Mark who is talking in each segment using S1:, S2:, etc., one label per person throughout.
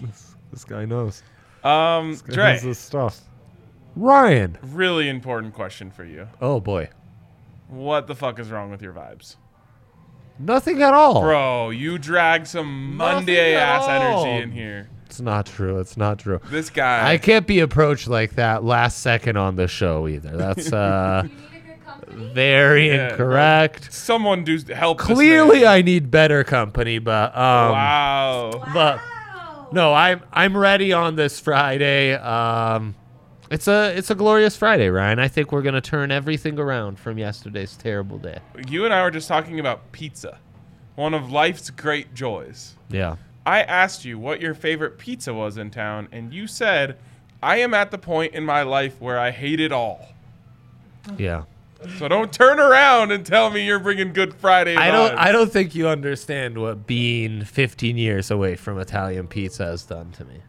S1: This, this guy knows.
S2: Um,
S1: This guy
S2: Dre,
S1: knows this stuff. Ryan.
S2: really important question for you.
S1: Oh boy.
S2: What the fuck is wrong with your vibes?
S1: Nothing at all.
S2: Bro, you drag some
S1: Nothing
S2: Monday
S1: at
S2: ass
S1: all.
S2: energy in here.
S1: It's not true. It's not true.
S2: This guy.
S1: I can't be approached like that last second on the show either. That's uh very
S2: Yeah,
S1: incorrect.
S2: someone do help. this
S1: Clearly
S2: man.
S1: I need better company, but um
S2: wow.
S1: but no, I'm I'm ready on this Friday. Um it's a it's a glorious Friday, Ryan. I think we're gonna turn everything around from yesterday's terrible day.
S2: You and I were just talking about pizza, one of life's great joys.
S1: Yeah.
S2: I asked you what your favorite pizza was in town, and you said, I am at the point in my life where I hate it all.
S1: Yeah.
S2: So don't turn around and tell me you're bringing Good Friday.
S1: I don't
S2: vibes.
S1: I don't think you understand what being 15 years away from Italian pizza has done to me.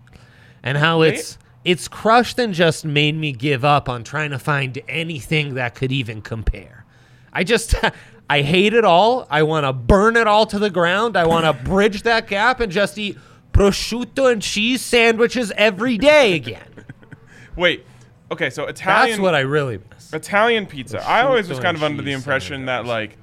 S1: And how it's it's crushed and just made me give up on trying to find anything that could even compare. I just I hate it all. I want to burn it all to the ground. I want to bridge that gap and just eat prosciutto and cheese sandwiches every day again.
S2: Wait. Okay, so Italian.
S1: That's what I really miss.
S2: Italian pizza. I always was
S1: Prosciutto
S2: kind of
S1: and
S2: under the
S1: cheese
S2: impression that like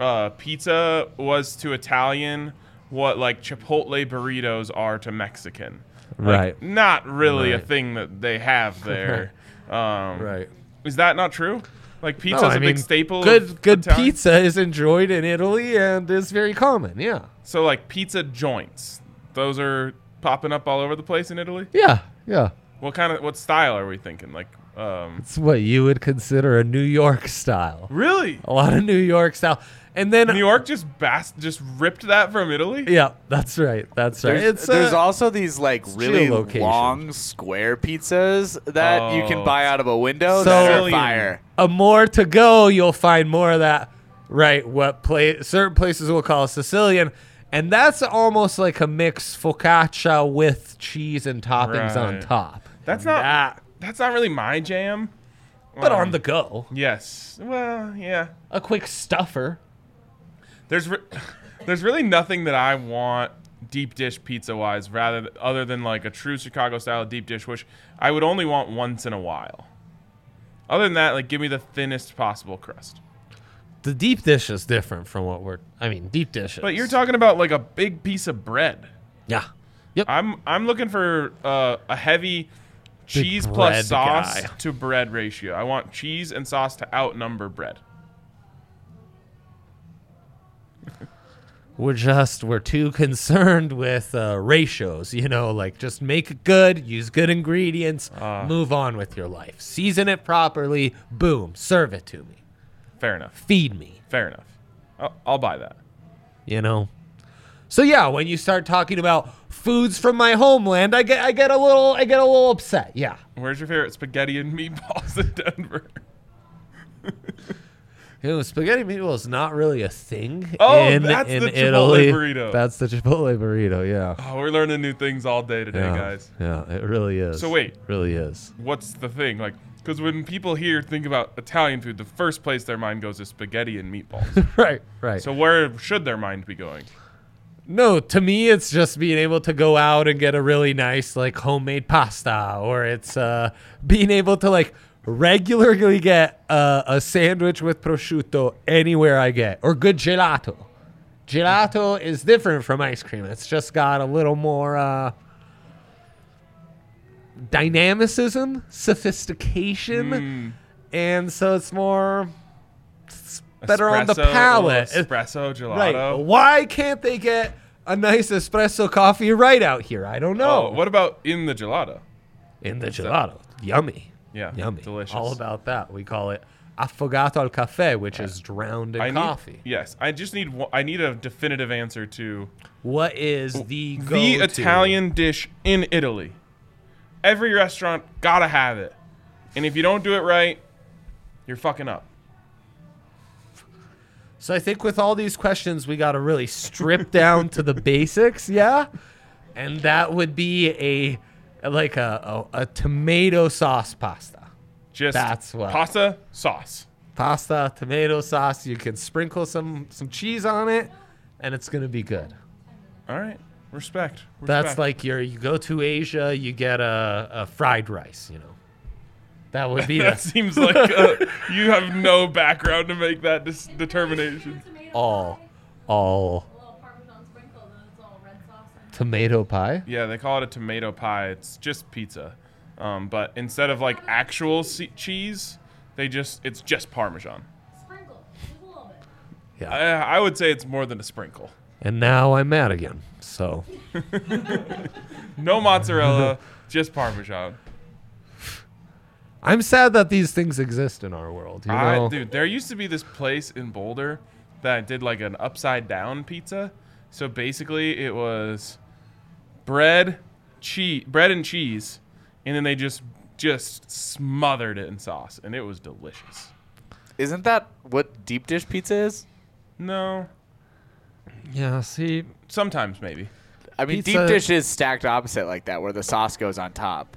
S2: uh, pizza was to Italian what like Chipotle burritos are to Mexican. Like,
S1: Right.
S2: Not really a
S1: Right.
S2: thing that they have there. um,
S1: Right.
S2: Is that not true? Like pizza's
S1: No,
S2: a
S1: I mean,
S2: big staple.
S1: Good
S2: of
S1: good
S2: Italian-
S1: pizza is enjoyed in Italy and is very common. Yeah.
S2: So like pizza joints, those are popping up all over the place in Italy.
S1: Yeah. Yeah.
S2: What kind of what style are we thinking? Like, um,
S1: It's what you would consider a New York style.
S2: really?
S1: A lot of New York style. And then
S2: New York just bas- just ripped that from Italy.
S1: Yeah, that's right. That's right.
S3: There's,
S1: it's uh,
S3: there's also these like really
S1: geolocation.
S3: long square pizzas that you
S2: Oh.
S3: can buy out of a window
S1: So-
S3: that are
S2: Sicilian.
S3: fire.
S1: a more to go, you'll find more of that. Right, what pla certain places will call Sicilian, and that's almost like a mixed focaccia with cheese and toppings on
S2: Right.
S1: top.
S2: That's not
S1: That-
S2: that's not really my jam.
S1: but
S2: Um,
S1: on the go,
S2: yes, well, yeah.
S1: a quick stuffer.
S2: There's re- there's really nothing that I want deep dish pizza wise, rather th- other than like a true Chicago style deep dish, which I would only want once in a while. Other than that, like give me the thinnest possible crust.
S1: The deep dish is different from what we're. I mean, deep dish.
S2: But
S1: is-
S2: you're talking about like a big piece of bread.
S1: Yeah.
S2: I'm I'm looking for uh, a heavy cheese
S1: bread
S2: plus sauce
S1: guy.
S2: to bread ratio. I want cheese and sauce to outnumber bread.
S1: We're just we're too concerned with uh, ratios, you know, like just make it good, use good ingredients,
S2: Ah.
S1: move on with your life. Season it properly, boom, serve it to me.
S2: Fair enough.
S1: Feed me,
S2: Fair enough. I'll, I'll buy that.
S1: you know. So yeah, when you start talking about foods from my homeland, I get I get a little I get a little upset. Yeah.
S2: Where's your favorite spaghetti and meatballs in Denver?
S1: You know, spaghetti meatball is not really a thing
S2: Oh,
S1: in,
S2: that's
S1: in
S2: the Chipotle
S1: Italy.
S2: burrito.
S1: That's the Chipotle burrito, yeah.
S2: Oh, we're learning new things all day today,
S1: yeah.
S2: guys.
S1: Yeah, it really is.
S2: So wait.
S1: Really is.
S2: What's the thing? Like, because when people here think about Italian food, the first place their mind goes is spaghetti and meatballs.
S1: right, right.
S2: so where should their mind be going?
S1: No, to me, it's just being able to go out and get a really nice, like, homemade pasta, or it's uh, being able to, like, regularly get uh, a sandwich with prosciutto anywhere I get, or good gelato. Gelato is different from ice cream, it's just got a little more uh, dynamicism, sophistication,
S2: Hmm.
S1: and so it's more. it's Better on the
S2: Espresso, a little
S1: palate. It-
S2: Espresso gelato.
S1: Right.
S2: Oh,
S1: Why can't they get a nice espresso coffee right out here? I don't know.
S2: Oh, what about in the gelato?
S1: In the gelato. Yummy.
S2: Yeah,
S1: Yummy.
S2: delicious.
S1: All about that. We call it affogato al caffè, which is drowned in
S2: I
S1: coffee.
S2: Need, yes, I just need. one- I need a definitive answer to
S1: What is the go
S2: the Italian dish in Italy. Every restaurant gotta have it, and if you don't do it right, you're fucking up.
S1: So I think with all these questions, we got to really strip down to the basics. Yeah. And that would be a like a, a, a tomato sauce pasta.
S2: Just
S1: That's what-
S2: pasta sauce.
S1: pasta, tomato sauce. You can sprinkle some some cheese on it, and it's gonna be good.
S2: All right, respect. respect.
S1: That's like your you go to Asia, you get a, a fried rice. You know, that would be
S2: that
S1: the,
S2: seems like uh, you have no background to make that dis- determination.
S1: all all tomato pie.
S2: Yeah, they call it a tomato pie. It's just pizza, um, but instead of like actual se- cheese, they just it's just Parmesan. I, I would say it's more than a sprinkle.
S1: And now I'm mad again. So
S2: No mozzarella, just Parmesan.
S1: I'm sad that these things exist in our world. You know,
S2: I, dude, there used to be this place in Boulder that did like an upside down pizza. So basically, it was bread, cheese, bread and cheese, and then they just just smothered it in sauce, and it was delicious.
S3: Isn't that what deep dish pizza is?
S2: No,
S1: yeah. See,
S2: sometimes maybe,
S3: I mean,
S1: Pizza-
S3: deep dish is stacked opposite like that, where the sauce goes on top.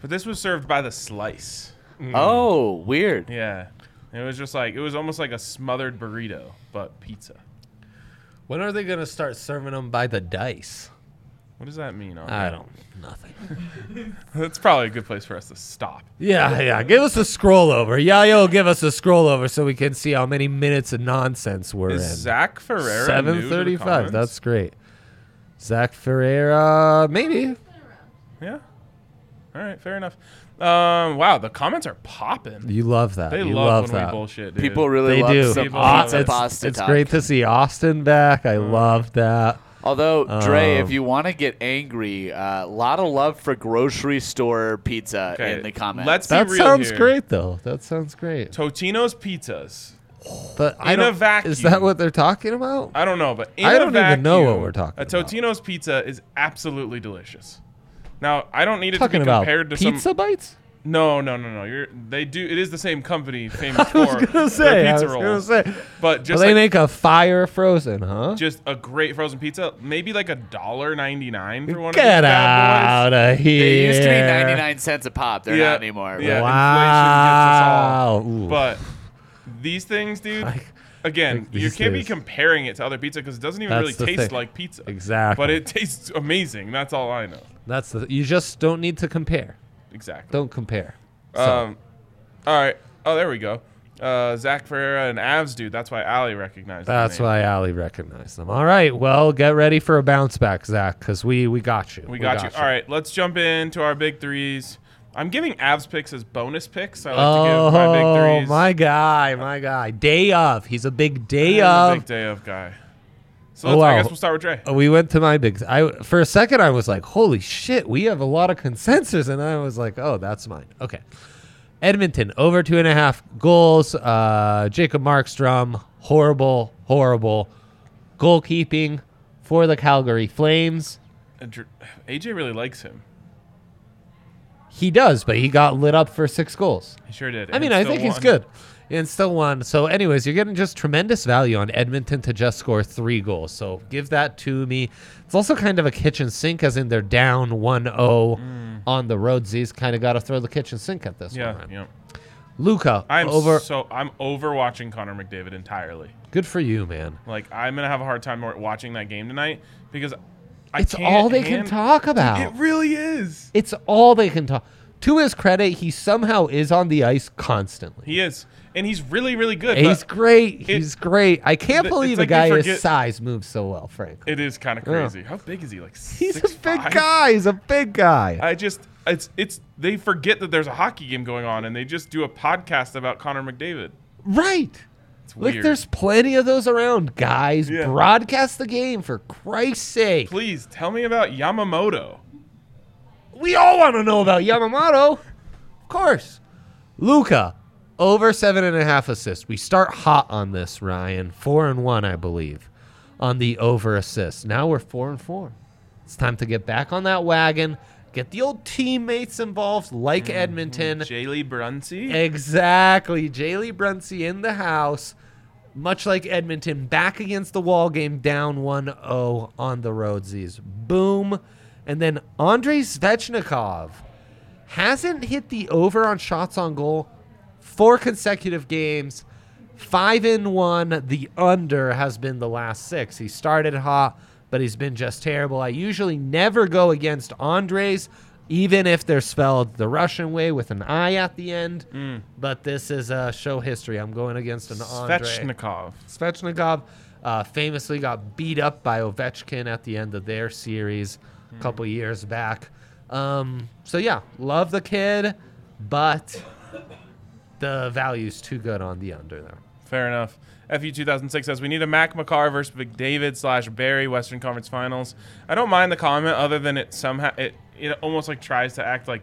S2: but this was served by the slice.
S3: Oh, weird.
S2: Mm. Yeah, it was just like it was almost like a smothered burrito, but pizza.
S1: when are they gonna start serving them by the dice?
S2: What does that mean? Andre?
S1: I don't. Nothing.
S2: That's probably a good place for us to stop.
S1: Yeah, yeah. Give us a scroll over. Yayo, give us a scroll over so we can see how many minutes of nonsense we're
S2: Is
S1: in.
S2: Zach Ferreira? new to the
S1: 735.
S2: comments?
S1: That's great. Zach Ferreira, maybe.
S2: yeah. All right, fair enough. Um, wow, the comments are popping.
S1: You love that.
S2: They
S1: you
S2: love, when
S1: that.
S2: we bullshit. Dude.
S3: People really
S1: They
S3: love
S1: do.
S3: some
S2: People
S3: pizza
S2: love Uh-huh. it. It's-
S3: pasta
S1: it's
S3: talk.
S1: great to see Austin back. I love that.
S3: Although Dre,
S1: Um,
S3: if you want to get angry, a lot of love for grocery store pizza in the comments.
S2: Let's be
S1: That
S2: real
S1: sounds
S2: here.
S1: great, though. That sounds great.
S2: Totino's pizzas.
S1: But I
S2: in a
S1: don't, Is that
S2: vacuum.
S1: what they're talking about?
S2: I don't know, but in
S1: I
S2: a
S1: don't even know what
S2: vacuum,
S1: we're talking
S2: A
S1: about.
S2: Totino's pizza is absolutely delicious. Now, I don't need it
S1: talking
S2: to be
S1: about
S2: compared to
S1: pizza
S2: some.
S1: bites?
S2: No, no, no, no. You're they do. It is the same company famous for
S1: I was
S2: their
S1: gonna say. I was
S2: pizza
S1: gonna
S2: rolls.
S1: say. Well,
S2: But just
S1: they
S2: like
S1: make a fire frozen, huh?
S2: just a great frozen pizza, maybe like a dollar ninety nine for one of these
S1: Get
S2: bad boys.
S1: out of here.
S3: They used to be 99 cents a pop. They're
S2: Yeah,
S3: not anymore.
S2: yeah.
S1: Wow.
S2: inflation
S1: Ooh.
S2: But these things, dude. Again,
S1: like
S2: you
S1: these
S2: can't
S1: days.
S2: be comparing it to other pizza because it doesn't even
S1: That's
S2: really
S1: the
S2: taste
S1: thing.
S2: like pizza.
S1: Exactly.
S2: But it tastes amazing. That's all I know.
S1: That's the you just don't need to compare.
S2: Exactly.
S1: Don't compare.
S2: Um, all right. Oh, there we go. Uh, Zach Ferreira and Avs, dude. That's why Ali recognized. their
S1: That's
S2: name.
S1: why Ali recognized them. All right. Well, get ready for a bounce back, Zach, because we we got you.
S2: We got, you. All right, let's jump into our big threes. I'm giving Avs picks as bonus picks. I like to
S1: oh
S2: give my big threes.
S1: my guy, my guy. Day of. He's a big day
S2: I'm a
S1: of.
S2: big day of guy. So
S1: Oh,
S2: let's, I
S1: wow.
S2: guess we'll start with Dre.
S1: we went to my big. I for a second I was like, "Holy shit, we have a lot of consensus," and I was like, "Oh, that's mine." Okay, Edmonton over two and a half goals. Uh, Jacob Markstrom, horrible, horrible goalkeeping for the Calgary Flames.
S2: And Dr- AJ really likes him.
S1: He does, but he got lit up for six goals.
S2: He sure did.
S1: I
S2: and
S1: mean, I
S2: still
S1: think he's
S2: won.
S1: good. And still won. So, anyways, you're getting just tremendous value on Edmonton to just score three goals. So, give that to me. It's also kind of a kitchen sink, as in they're down 1 0 on the road. Z's kind of got to throw the kitchen sink at this
S2: Mm. Yeah,
S1: one.
S2: yeah.
S1: Luca,
S2: I'm
S1: over.
S2: so I'm over watching Connor McDavid entirely.
S1: Good for you, man.
S2: Like I'm gonna have a hard time wa- watching that game tonight because I
S1: It's
S2: can't
S1: all they can
S2: hand-
S1: talk about.
S2: It really is.
S1: it's all they can talk. To his credit, he somehow is on the ice constantly.
S2: He is, and he's really, really good.
S1: He's
S2: but
S1: great.
S2: it-
S1: He's great. I can't
S2: th-
S1: believe
S2: it's like
S1: a
S2: we
S1: guy his
S2: forget-
S1: size moves so well, frankly.
S2: it is kind of crazy. How big is he? Like
S1: He's a big
S2: 6'5"?
S1: guy. He's a big guy.
S2: I just it's it's they forget that there's a hockey game going on, and they just do a podcast about Connor McDavid.
S1: right.
S2: It's
S1: Like
S2: weird.
S1: there's plenty of those around, guys.
S2: Yeah.
S1: Broadcast the game for Christ's sake.
S2: Please tell me about Yamamoto.
S1: We all want to know about Yamamoto. Of course. Luca, over seven and a half assists. We start hot on this, Ryan. Four and one, I believe, on the over assist. Now we're four and four. It's time to get back on that wagon, get the old teammates involved, like
S2: Mm-hmm.
S1: Edmonton.
S2: Jaylee Brunsey.
S1: Exactly. Jaylee Brunsey in the house, much like Edmonton, back against the wall game, down 1 0 on the roadsies. Boom. And then Andrei Svechnikov hasn't hit the over on shots on goal four consecutive games. Five in one. The under has been the last six. He started hot, but he's been just terrible. I usually never go against Andres, even if they're spelled the Russian way with an I at the end. But this is uh, show history. I'm going against an Andre.
S2: Svechnikov.
S1: Svechnikov uh, famously got beat up by Ovechkin at the end of their series a couple years back. Um, so yeah, love the kid, but the value's too good on the under there.
S2: Fair enough. FU 2006 says we need a Mac McCarr versus McDavid slash Barry Western Conference Finals. I don't mind the comment, other than it somehow it it almost like tries to act like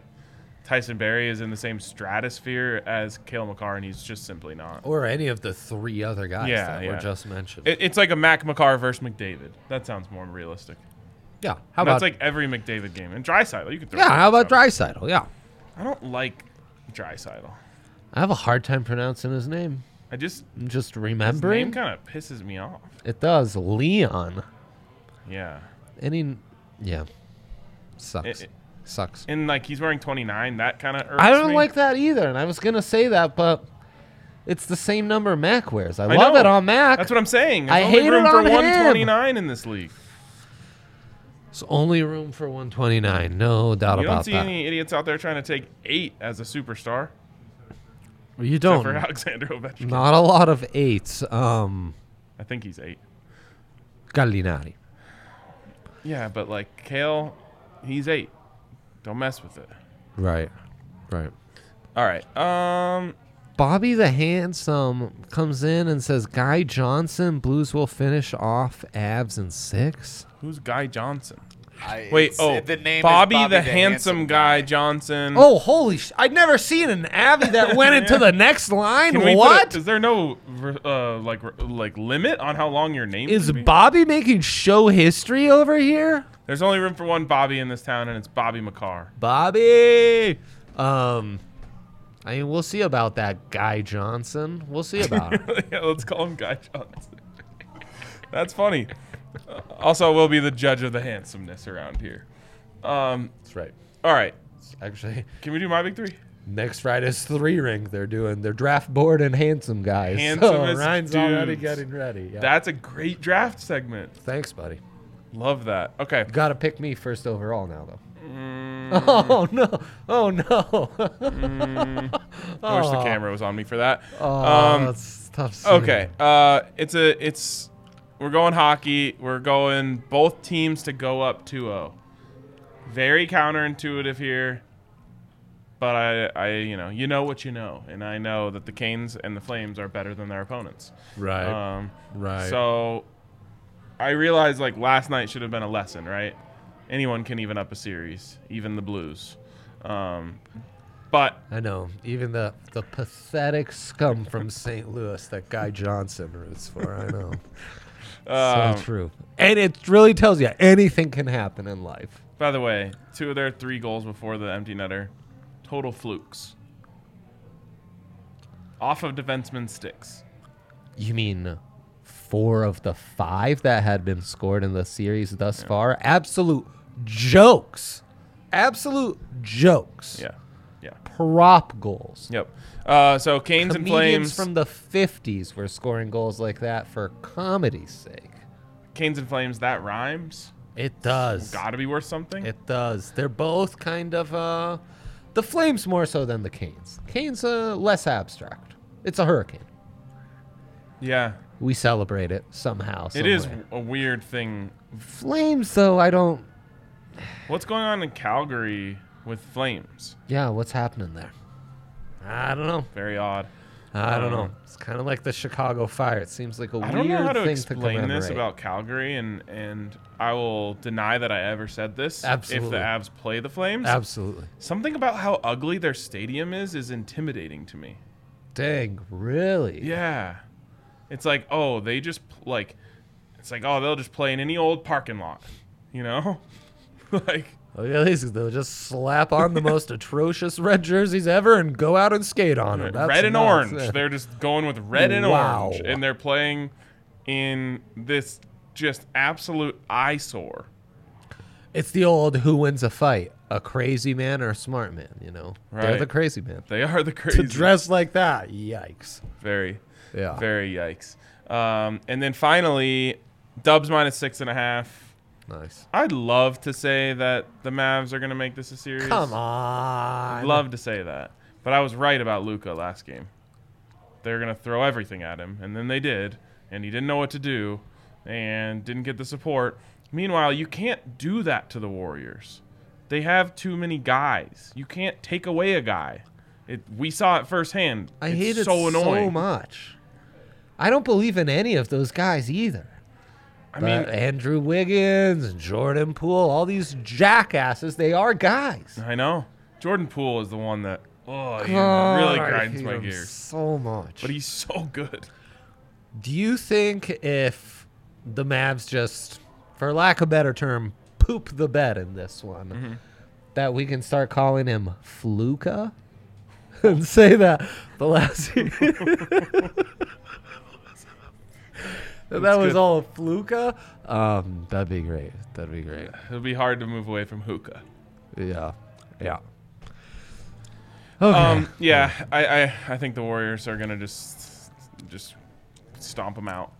S2: Tyson Barry is in the same stratosphere as Kale McCarr, and he's just simply not.
S1: Or any of the three other guys
S2: Yeah,
S1: that were
S2: yeah.
S1: just mentioned.
S2: It, it's like a Mac McCarr versus McDavid. That sounds more realistic.
S1: yeah. How about
S2: That's like every McDavid game. And Drysidle, you could throw.
S1: yeah? How about
S2: Drysdale.
S1: Drysidle? Yeah.
S2: I don't like Drysidle.
S1: I have a hard time pronouncing his name.
S2: I just
S1: I'm just
S2: his
S1: remembering
S2: name kind of pisses me off.
S1: it does Leon.
S2: Yeah,
S1: Any yeah, sucks.
S2: It- it-
S1: sucks.
S2: and like he's wearing 29. That kind of.
S1: I don't like that either, and I was gonna say that, but it's the same number Mac wears. I, love
S2: know.
S1: it on Mac.
S2: That's what I'm saying. There's
S1: I
S2: only
S1: hate it
S2: room
S1: on
S2: for
S1: him.
S2: 129 in this league.
S1: It's only room for 129. No doubt
S2: You don't
S1: about
S2: see
S1: that.
S2: any idiots out there trying to take eight as a superstar,
S1: you
S2: except
S1: don't.
S2: for Alexander Ovechkin.
S1: Not a lot of eights. Um,
S2: I think he's eight.
S1: Gallinari.
S2: Yeah, but like Kale, he's eight. Don't mess with it.
S1: Right. Right.
S2: All right. Um.
S1: Bobby the Handsome comes in and says, Guy Johnson, Blues will finish off abs in six.
S2: Who's Guy Johnson?
S3: I,
S2: Wait,
S3: it's-
S2: oh,
S3: the name is
S2: Bobby, the,
S3: Handsome
S2: handsome, guy, Johnson.
S1: Oh, holy sh. I'd never seen an Abby that went into the next line.
S2: Can we put a-
S1: What?
S2: is there no re- uh, like re- like limit on how long your name
S1: Is
S2: can be?
S1: Bobby making show history over here?
S2: There's only room for one Bobby in this town, and it's Bobby McCarr.
S1: Bobby. Um, I mean, we'll see about that Guy Johnson. We'll see about him.
S2: yeah, let's call him Guy Johnson. That's funny. Uh, also, we'll be the judge of the handsomeness around here. Um,
S1: That's right.
S2: all right,
S1: Actually,
S2: can we do my big three?
S1: next Friday's three ring. They're doing their draft board and handsome guys. so
S2: Handsomest
S1: Ryan's already
S2: dudes.
S1: getting ready. Yeah.
S2: That's a great draft segment.
S1: Thanks, buddy.
S2: Love that. Okay,
S1: Got to pick me first overall now, though.
S2: Mm.
S1: Oh no! Oh no!
S2: I wish the camera was on me for that.
S1: oh, that's tough. scene.
S2: Um, Okay. Uh, it's a it's we're going hockey. We're going both teams to go up 2-0. Very counterintuitive here. but I, I, you know, you know what you know, and I know that the Canes and the Flames are better than their opponents.
S1: Right.
S2: Um,
S1: right.
S2: So I realized like last night should have been a lesson, right? Anyone can even up a series, even the Blues. Um, but
S1: I know. Even the, the pathetic scum from St. Louis that Guy Johnson roots for. I know.
S2: um,
S1: so true. And it really tells you anything can happen in life.
S2: by the way, two of their three goals before the empty netter, total flukes. Off of defenseman sticks.
S1: You mean four of the five that had been scored in the series thus far? Absolute jokes. Absolute jokes.
S2: Yeah, yeah,
S1: Prop goals.
S2: yep. Uh, so Canes and
S1: Comedians
S2: Flames.
S1: from the 50s were scoring goals like that for comedy's sake.
S2: Canes and Flames. That rhymes.
S1: It does.
S2: Got to be worth something.
S1: It does. They're both kind of uh the Flames more so than the Canes. Canes uh less abstract. It's a hurricane.
S2: yeah,
S1: We celebrate it somehow.
S2: it
S1: some
S2: is
S1: way.
S2: a weird thing.
S1: Flames though, I don't
S2: What's going on in Calgary with Flames?
S1: Yeah, what's happening there? I don't know.
S2: Very odd.
S1: I don't know. It's kind of like the Chicago Fire. It seems like a
S2: Uh, I
S1: weird
S2: don't know how to
S1: thing to
S2: explain
S1: commemorate.
S2: this about Calgary, and and I will deny that I ever said this. If
S1: Absolutely.
S2: the Avs play the Flames,
S1: Absolutely.
S2: something about how ugly their stadium is is intimidating to me.
S1: Dang, really?
S2: Yeah, it's like oh they just like, it's like oh they'll just play in any old parking lot, you know, like
S1: Look at Oh, these. They'll just slap on the most atrocious red jerseys ever and go out and skate on them.
S2: red and orange. They're just going with red and
S1: Wow.
S2: orange, and they're playing in this just absolute eyesore.
S1: It's the old who wins a fight, a crazy man or a smart man, you know? They're
S2: Right.
S1: the crazy man.
S2: They are the crazy.
S1: To dress like that, yikes.
S2: Very,
S1: Yeah.
S2: very yikes. Um, and then finally, Dubs minus six and a half.
S1: Nice.
S2: I'd love to say that the Mavs are going to make this a series.
S1: Come on.
S2: Love to say that, but I was right about Luca last game. They're going to throw everything at him, and then they did, and he didn't know what to do, and didn't get the support. Meanwhile, you can't do that to the Warriors. They have too many guys. You can't take away a guy. It, we saw it firsthand.
S1: I
S2: it's
S1: hate it
S2: so annoying.
S1: so much. I don't believe in any of those guys either.
S2: I
S1: but
S2: mean,
S1: Andrew Wiggins and Jordan Poole, all these jackasses, they are guys.
S2: I know. Jordan Poole is the one that oh, he really
S1: God, I
S2: grinds
S1: hate
S2: my
S1: him
S2: gears.
S1: so much.
S2: But he's so good.
S1: Do you think if the Mavs just, for lack of a better term, poop the bed in this one,
S2: Mm-hmm.
S1: that we can start calling him Fluka? and say that the last year. that was all a Fluka? Um, that'd be great. That'd be great.
S2: It'll be hard to move away from hookah.
S1: Yeah. Yeah. Okay.
S2: Um, yeah, I, I, I think the Warriors are gonna just just stomp them out.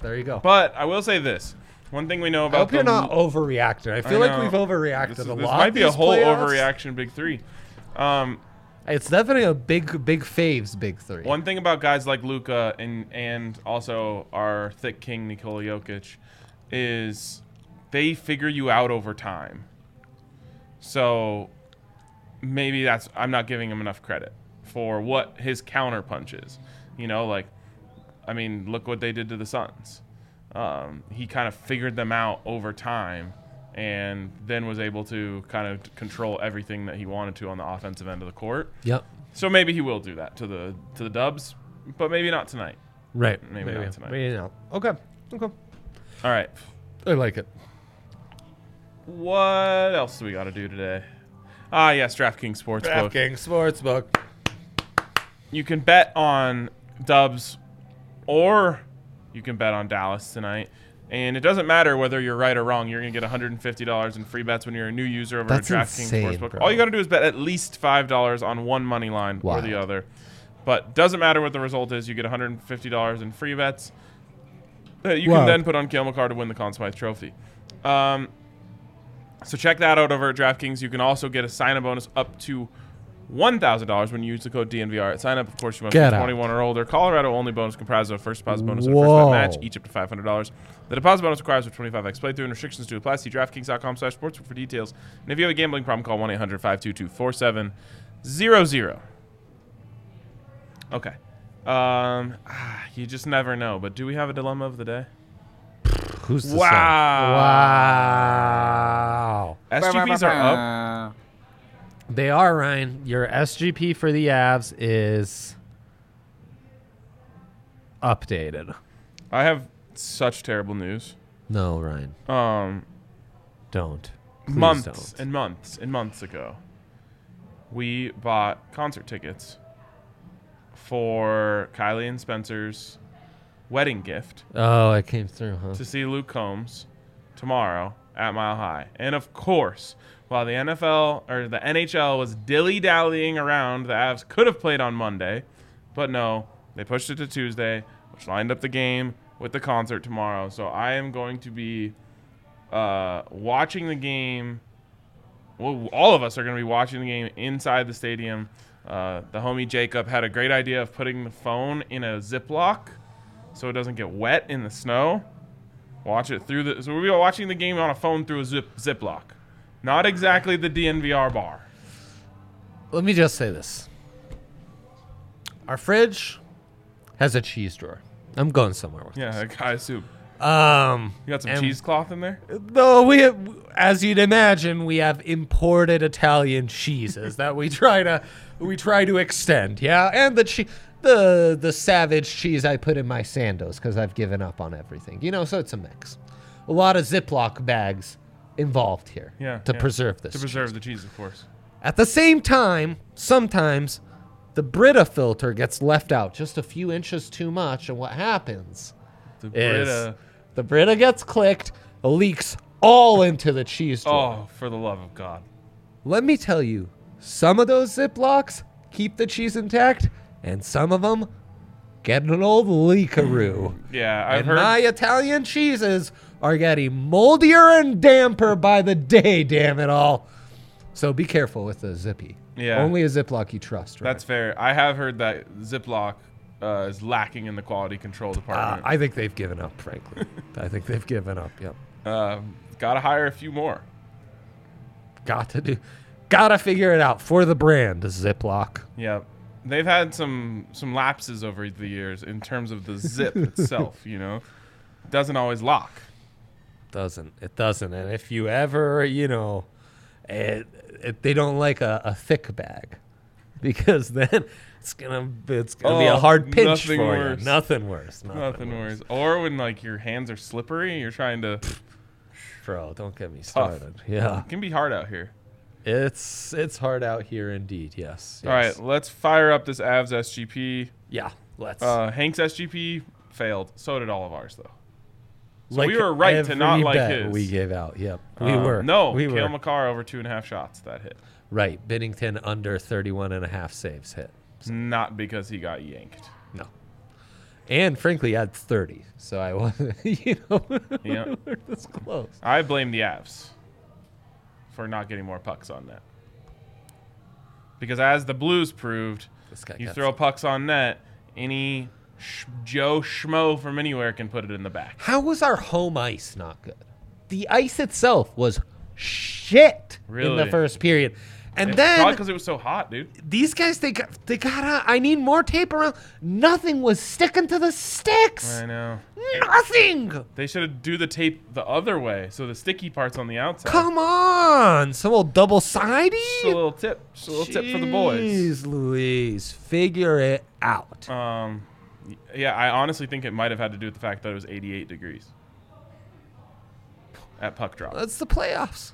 S1: there you go.
S2: But I will say this: one thing we know
S1: I
S2: about
S1: hope you're
S2: the-
S1: not overreacting. I feel like
S2: know.
S1: we've overreacted
S2: this,
S1: a lot.
S2: is- this might be a
S1: these
S2: whole
S1: playoffs.
S2: overreaction big three. Um,
S1: It's definitely a big, big faves, big three.
S2: One thing about guys like Luca and and also our thick king Nikola Jokic is they figure you out over time. So maybe that's I'm not giving him enough credit for what his counter punch is. You know, like I mean, look what they did to the Suns. Um, he kind of figured them out over time and then was able to kind of control everything that he wanted to on the offensive end of the court.
S1: Yep.
S2: So maybe he will do that to the to the Dubs, but maybe not tonight.
S1: Right.
S2: Maybe not tonight.
S1: Maybe not. Okay. Okay.
S2: All right.
S1: I like it.
S2: What else do we got to do today? Ah, yes, DraftKings Sportsbook.
S1: Sportsbook.
S2: You can bet on Dubs, or you can bet on Dallas tonight. And it doesn't matter whether you're right or wrong. You're gonna get $150 in free bets when you're a new user over
S1: That's
S2: at DraftKings
S1: insane,
S2: Sportsbook.
S1: bro.
S2: All you gotta do is bet at least five dollars on one money line or the
S1: Wild.
S2: other. But doesn't matter what the result is. You get $150 in free bets. that you can
S1: Wow.
S2: then put on Kale McCarr to win the Conn Smythe Trophy. Um, so check that out over at DraftKings. You can also get a sign-up bonus up to one thousand dollars when you use the code DNVR at sign-up. Of course, you must
S1: Get
S2: be
S1: out.
S2: 21 or older. Colorado-only bonus comprised of a first deposit bonus and a first bet
S1: Whoa.
S2: match, each up to five hundred dollars. The deposit bonus requires a 25x playthrough and restrictions to apply. See DraftKings.com/sportsbook for details. And if you have a gambling problem, call 1-800-522-47 Zero zero. Okay. Um, ah, you just never know. But do we have a dilemma of the day?
S1: Who's the son?
S2: Wow.
S1: Wow.
S2: SGPs are up.
S1: They are, Ryan. Your SGP for the Avs is updated.
S2: I have such terrible news.
S1: No, Ryan.
S2: Um,
S1: Don't. Please
S2: months
S1: don't.
S2: and months and months ago, we bought concert tickets for Kylie and Spencer's wedding gift
S1: oh, it came through, huh?
S2: to see Luke Combs tomorrow at Mile High. And of course, while the NFL or the NHL was dilly dallying around, the Avs could have played on Monday, but no, they pushed it to Tuesday, which lined up the game with the concert tomorrow. So I am going to be uh, watching the game. Well, all of us are going to be watching the game inside the stadium. Uh, the homie Jacob had a great idea of putting the phone in a Ziploc so it doesn't get wet in the snow. Watch it through the. So we were watching the game on a phone through a zip Ziploc, not exactly the DNVR bar.
S1: Let me just say this. Our fridge has a cheese drawer. I'm going somewhere with
S2: Yeah, I assume
S1: this. Um,
S2: you got some
S1: And-
S2: cheesecloth in there.
S1: though we, have, as you'd imagine, we have imported Italian cheeses that we try to we try to extend. Yeah, and the che- the the savage cheese I put in my sandos because I've given up on everything. You know, so it's a mix. A lot of Ziploc bags involved here.
S2: Yeah,
S1: to
S2: yeah.
S1: preserve this.
S2: to preserve the cheese, of course.
S1: At the same time, sometimes the Brita filter gets left out just a few inches too much, and what happens
S2: The
S1: is
S2: Brita.
S1: the Brita gets clicked, leaks all into the cheese drawer.
S2: Oh, for the love of God!
S1: Let me tell you, some of those Ziplocs keep the cheese intact, and some of them get an old leakaroo.
S2: Yeah, I've
S1: and
S2: heard.
S1: my Italian cheeses are getting moldier and damper by the day, damn it all. So be careful with the zippy.
S2: Yeah.
S1: Only a Ziploc you trust, right?
S2: that's fair. I have heard that Ziploc uh, is lacking in the quality control
S1: Uh,
S2: department.
S1: I think they've given up, frankly. I think they've given up, yep.
S2: Um, gotta hire a few more.
S1: Got to do gotta figure it out for the brand, Ziploc.
S2: Yeah, they've had some some lapses over the years in terms of the zip itself. You know, doesn't always lock.
S1: doesn't it doesn't and if you ever you know it, it, they don't like a, a thick bag because then it's gonna be- it's gonna be a
S2: Oh,
S1: hard pinch
S2: nothing
S1: for
S2: worse.
S1: you nothing worse nothing,
S2: Nothing worse. Or when like your hands are slippery, you're trying to.
S1: bro don't get me started yeah
S2: It can be hard out here.
S1: it's it's hard out here indeed yes,
S2: All
S1: yes.
S2: right, let's fire up this Avs SGP.
S1: yeah let's
S2: Uh, Hank's SGP failed. So did all of ours though.
S1: like
S2: we were right to not
S1: every
S2: like
S1: bet
S2: his.
S1: we gave out yep we
S2: Um,
S1: were
S2: no.
S1: we
S2: Kale
S1: were
S2: McCarr over two and a half shots that hit.
S1: right bennington under 31 and a half saves hit
S2: Not because he got yanked.
S1: no and frankly at 30 so i was you know
S2: Yeah,
S1: we're this close
S2: I blame the Avs for not getting more pucks on net. Because as the Blues proved,
S1: This guy
S2: you
S1: got
S2: throw
S1: some-
S2: pucks on net, any sh- Joe Schmo from anywhere can put it in the back.
S1: How was our home ice not good? The ice itself was shit in the
S2: Really?
S1: first period. And
S2: It's
S1: then
S2: because it was so hot, dude.
S1: these guys, they got, they got. out- I need more tape around. Nothing was sticking to the sticks.
S2: I know.
S1: Nothing.
S2: They should have do the tape the other way, so the sticky part's on the outside.
S1: Come on, some old double sided.
S2: Just a little tip, just a little tip for the boys.
S1: Louise, figure it out.
S2: Um, y- yeah, I honestly think it might have had to do with the fact that it was 88 degrees at puck drop.
S1: That's the playoffs.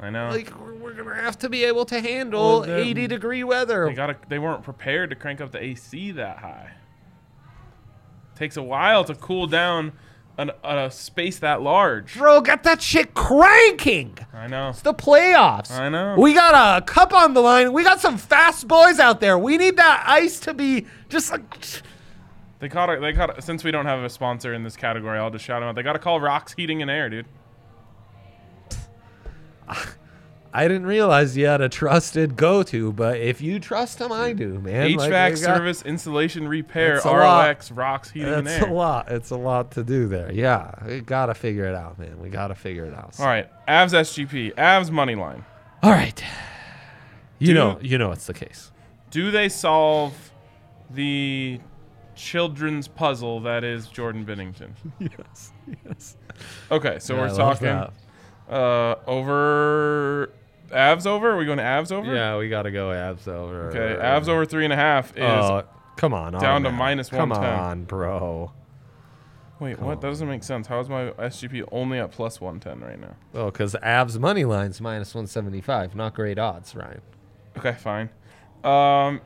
S2: I know.
S1: Like we're, we're gonna have to be able to handle
S2: uh, Well, the-
S1: 80 degree weather.
S2: They gotta. They weren't prepared to crank up the AC that high. Takes a while to cool down an, a space that large.
S1: Bro, get that shit cranking.
S2: I know.
S1: It's the playoffs.
S2: I know.
S1: We got a cup on the line. We got some fast boys out there. We need that ice to be just like.
S2: They caught. A, they caught. A, since we don't have a sponsor in this category, I'll just shout them out. They gotta call Rocks Heating and Air, dude.
S1: I didn't realize you had a trusted go-to, but if you trust them, I do, man.
S2: HVAC
S1: Like, I got-
S2: service, installation, repair,
S1: That's a lot.
S2: ROX, Rocks Heating and
S1: That's
S2: Air.
S1: a lot. It's a lot to do there. Yeah, we gotta figure it out, man. We gotta figure it out.
S2: All right, Avs SGP, Avs money line.
S1: All right. You
S2: Do-
S1: know, you know it's the case.
S2: Do they solve the children's puzzle that is Jordan Bennington?
S1: Yes, yes.
S2: Okay, so
S1: I
S2: we're
S1: love
S2: talking
S1: that.
S2: uh, over Avs over. Are we going to Avs over?
S1: Yeah, we gotta go abs over.
S2: Okay, Avs over three and a half is.
S1: Oh, come on,
S2: down to
S1: automatic.
S2: minus
S1: Come
S2: 110.
S1: on, bro.
S2: wait, what? That doesn't make sense. How is my SGP only at plus one ten right now?
S1: Well, because abs money lines minus one seventy five. Not great odds, Ryan.
S2: Okay, fine. Um,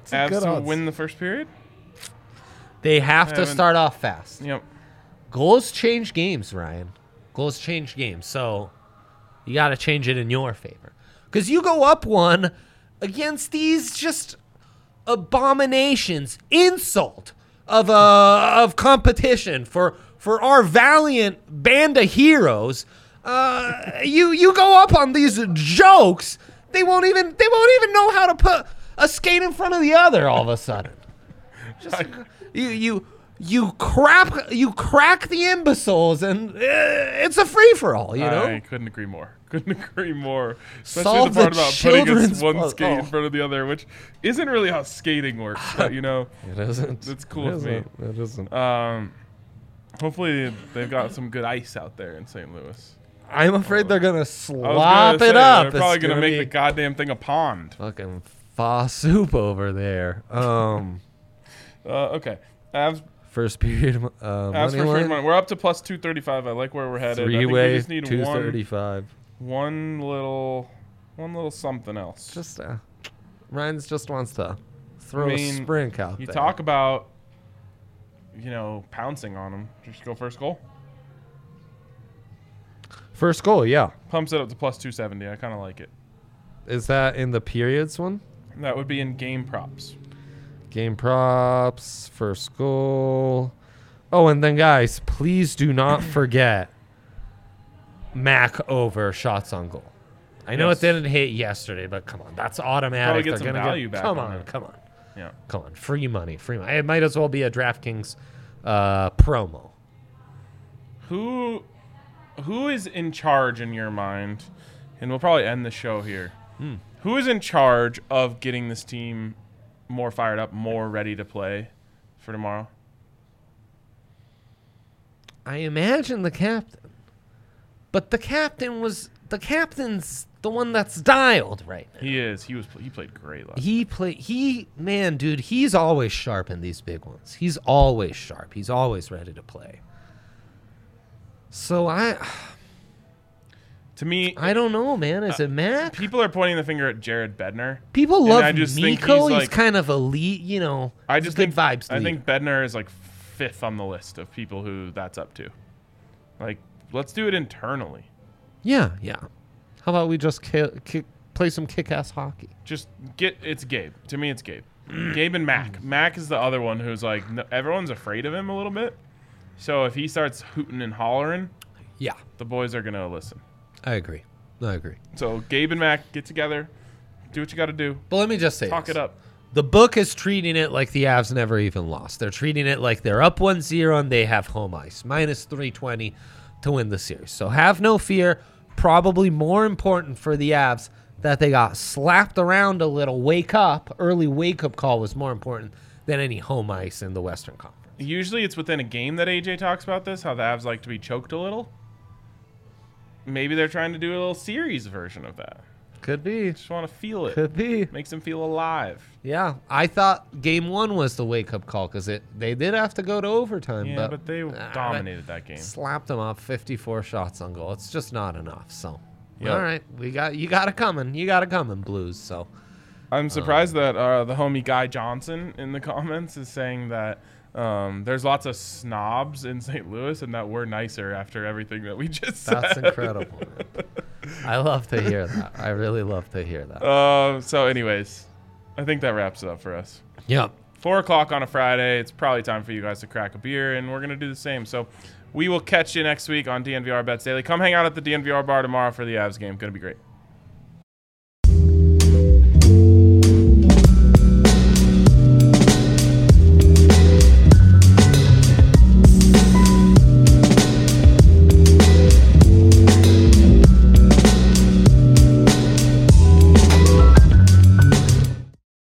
S1: a
S2: Avs
S1: good
S2: to
S1: odds.
S2: win the first period.
S1: They have to
S2: Haven't-
S1: start off fast.
S2: Yep.
S1: Goals change games, Ryan. Goals change games. So you got to change it in your favor. Because you go up one against these just abominations, insult of uh, of competition for for our valiant band of heroes. Uh, you you go up on these jokes. They won't even they won't even know how to put a skate in front of the other. All of a sudden, just you you you crap you crack the imbeciles, and uh, it's a free for all. You know.
S2: I couldn't agree more. Couldn't agree more. Especially
S1: Solve
S2: the
S1: the
S2: part about putting his
S1: children's
S2: one
S1: puzzle.
S2: skate in
S1: Oh.
S2: front of the other, which isn't really how skating works. But you know,
S1: It isn't.
S2: It's cool It with me.
S1: It
S2: isn't.
S1: isn't.
S2: um, hopefully they've got some good ice out there in St. Louis.
S1: I'm afraid they're gonna
S2: I was
S1: slop
S2: gonna
S1: it
S2: say,
S1: up.
S2: They're probably
S1: It's
S2: gonna, make
S1: be
S2: the goddamn thing a pond.
S1: fucking fa soup over there. Um,
S2: Uh, okay. Avs,
S1: first period. Uh,
S2: Avs
S1: money
S2: for free
S1: line,
S2: money. We're up to plus 235. I like where we're headed. I
S1: three
S2: think we
S1: way,
S2: just need
S1: two
S2: one,
S1: thirty-five.
S2: one little, one little something else.
S1: Just uh, Ryan's just wants to throw
S2: I mean,
S1: a sprint out
S2: you
S1: there.
S2: talk about, you know, pouncing on them. Just go first goal.
S1: first goal. Yeah,
S2: Pumps it up to plus 270. I kind of like it.
S1: is that in the periods one?
S2: That would be in game props.
S1: Game props, first goal. Oh, and then guys, please do not forget Mac over shots on goal. I know
S2: Yes.
S1: it didn't hit yesterday, but come on, that's automatic.
S2: Probably get
S1: They're
S2: some
S1: gonna
S2: value back
S1: Come
S2: on
S1: on,
S2: that.
S1: come on,
S2: Yeah.
S1: come on! Free money, free money. It might as well be a DraftKings uh, promo.
S2: Who, who is in charge in your mind? And we'll probably end the show here. Who is in charge of getting this team more fired up, more ready to play for tomorrow?
S1: I imagine the captain, but the captain was the captain's the one that's dialed right now.
S2: He is. He was. He played great last.
S1: He play he man, dude, he's always sharp in these big ones. He's always sharp. He's always ready to play. So I
S2: to me,
S1: I don't know, man. Is it Mac?
S2: people are pointing the finger at Jared Bednar.
S1: People
S2: Uh, and
S1: love
S2: I just think
S1: Miko.
S2: he's
S1: He's,
S2: like-
S1: kind of elite, you know.
S2: I
S1: he's
S2: just
S1: a good
S2: think
S1: vibes.
S2: I
S1: leader.
S2: think Bednar is like fifth on the list of people who that's up to. Like, let's do it internally.
S1: yeah, yeah. How about we just ki- kick, play some kick-ass hockey?
S2: Just get it's Gabe. To me, it's Gabe. Gabe and Mac. Mac is the other one who's like no, everyone's afraid of him a little bit. So if he starts hooting and hollering,
S1: Yeah,
S2: the boys are gonna listen.
S1: I agree. I agree.
S2: So Gabe and Mac get together, do what you got to do,
S1: But let me just say,
S2: talk
S1: this.
S2: it up.
S1: The book is treating it like the Avs never even lost. They're treating it like they're up 1 0 and they have home ice, minus 320 to win the series. So have no fear. Probably more important for the Avs that they got slapped around a little. Wake up. Early wake up call was more important than any home ice in the Western Conference.
S2: Usually it's within a game that AJ talks about this, how the Avs like to be choked a little. Maybe they're trying to do a little series version of that.
S1: Could be.
S2: Just want to feel it.
S1: Could be.
S2: Makes them feel alive.
S1: Yeah. I thought game one was the wake up call because they did have to go to overtime.
S2: Yeah, but,
S1: but,
S2: they
S1: Ah, but-
S2: dominated that game.
S1: slapped them up 54 shots on goal it's just not enough so
S2: Yep.
S1: all right we got you got it coming you got it coming blues so
S2: I'm surprised that uh, the homie Guy Johnson in the comments is saying that um, there's lots of snobs in St. Louis and that we're nicer after everything that we just
S1: that's
S2: said.
S1: incredible man. i love to hear that i really love to hear that
S2: Uh, so, anyways, I think that wraps it up for us.
S1: yep
S2: four o'clock on a Friday. It's probably time for you guys to crack a beer, and we're gonna do the same. So we will catch you next week on DNVR Bets Daily. Come hang out at the DNVR bar tomorrow for the Avs game. Gonna be great.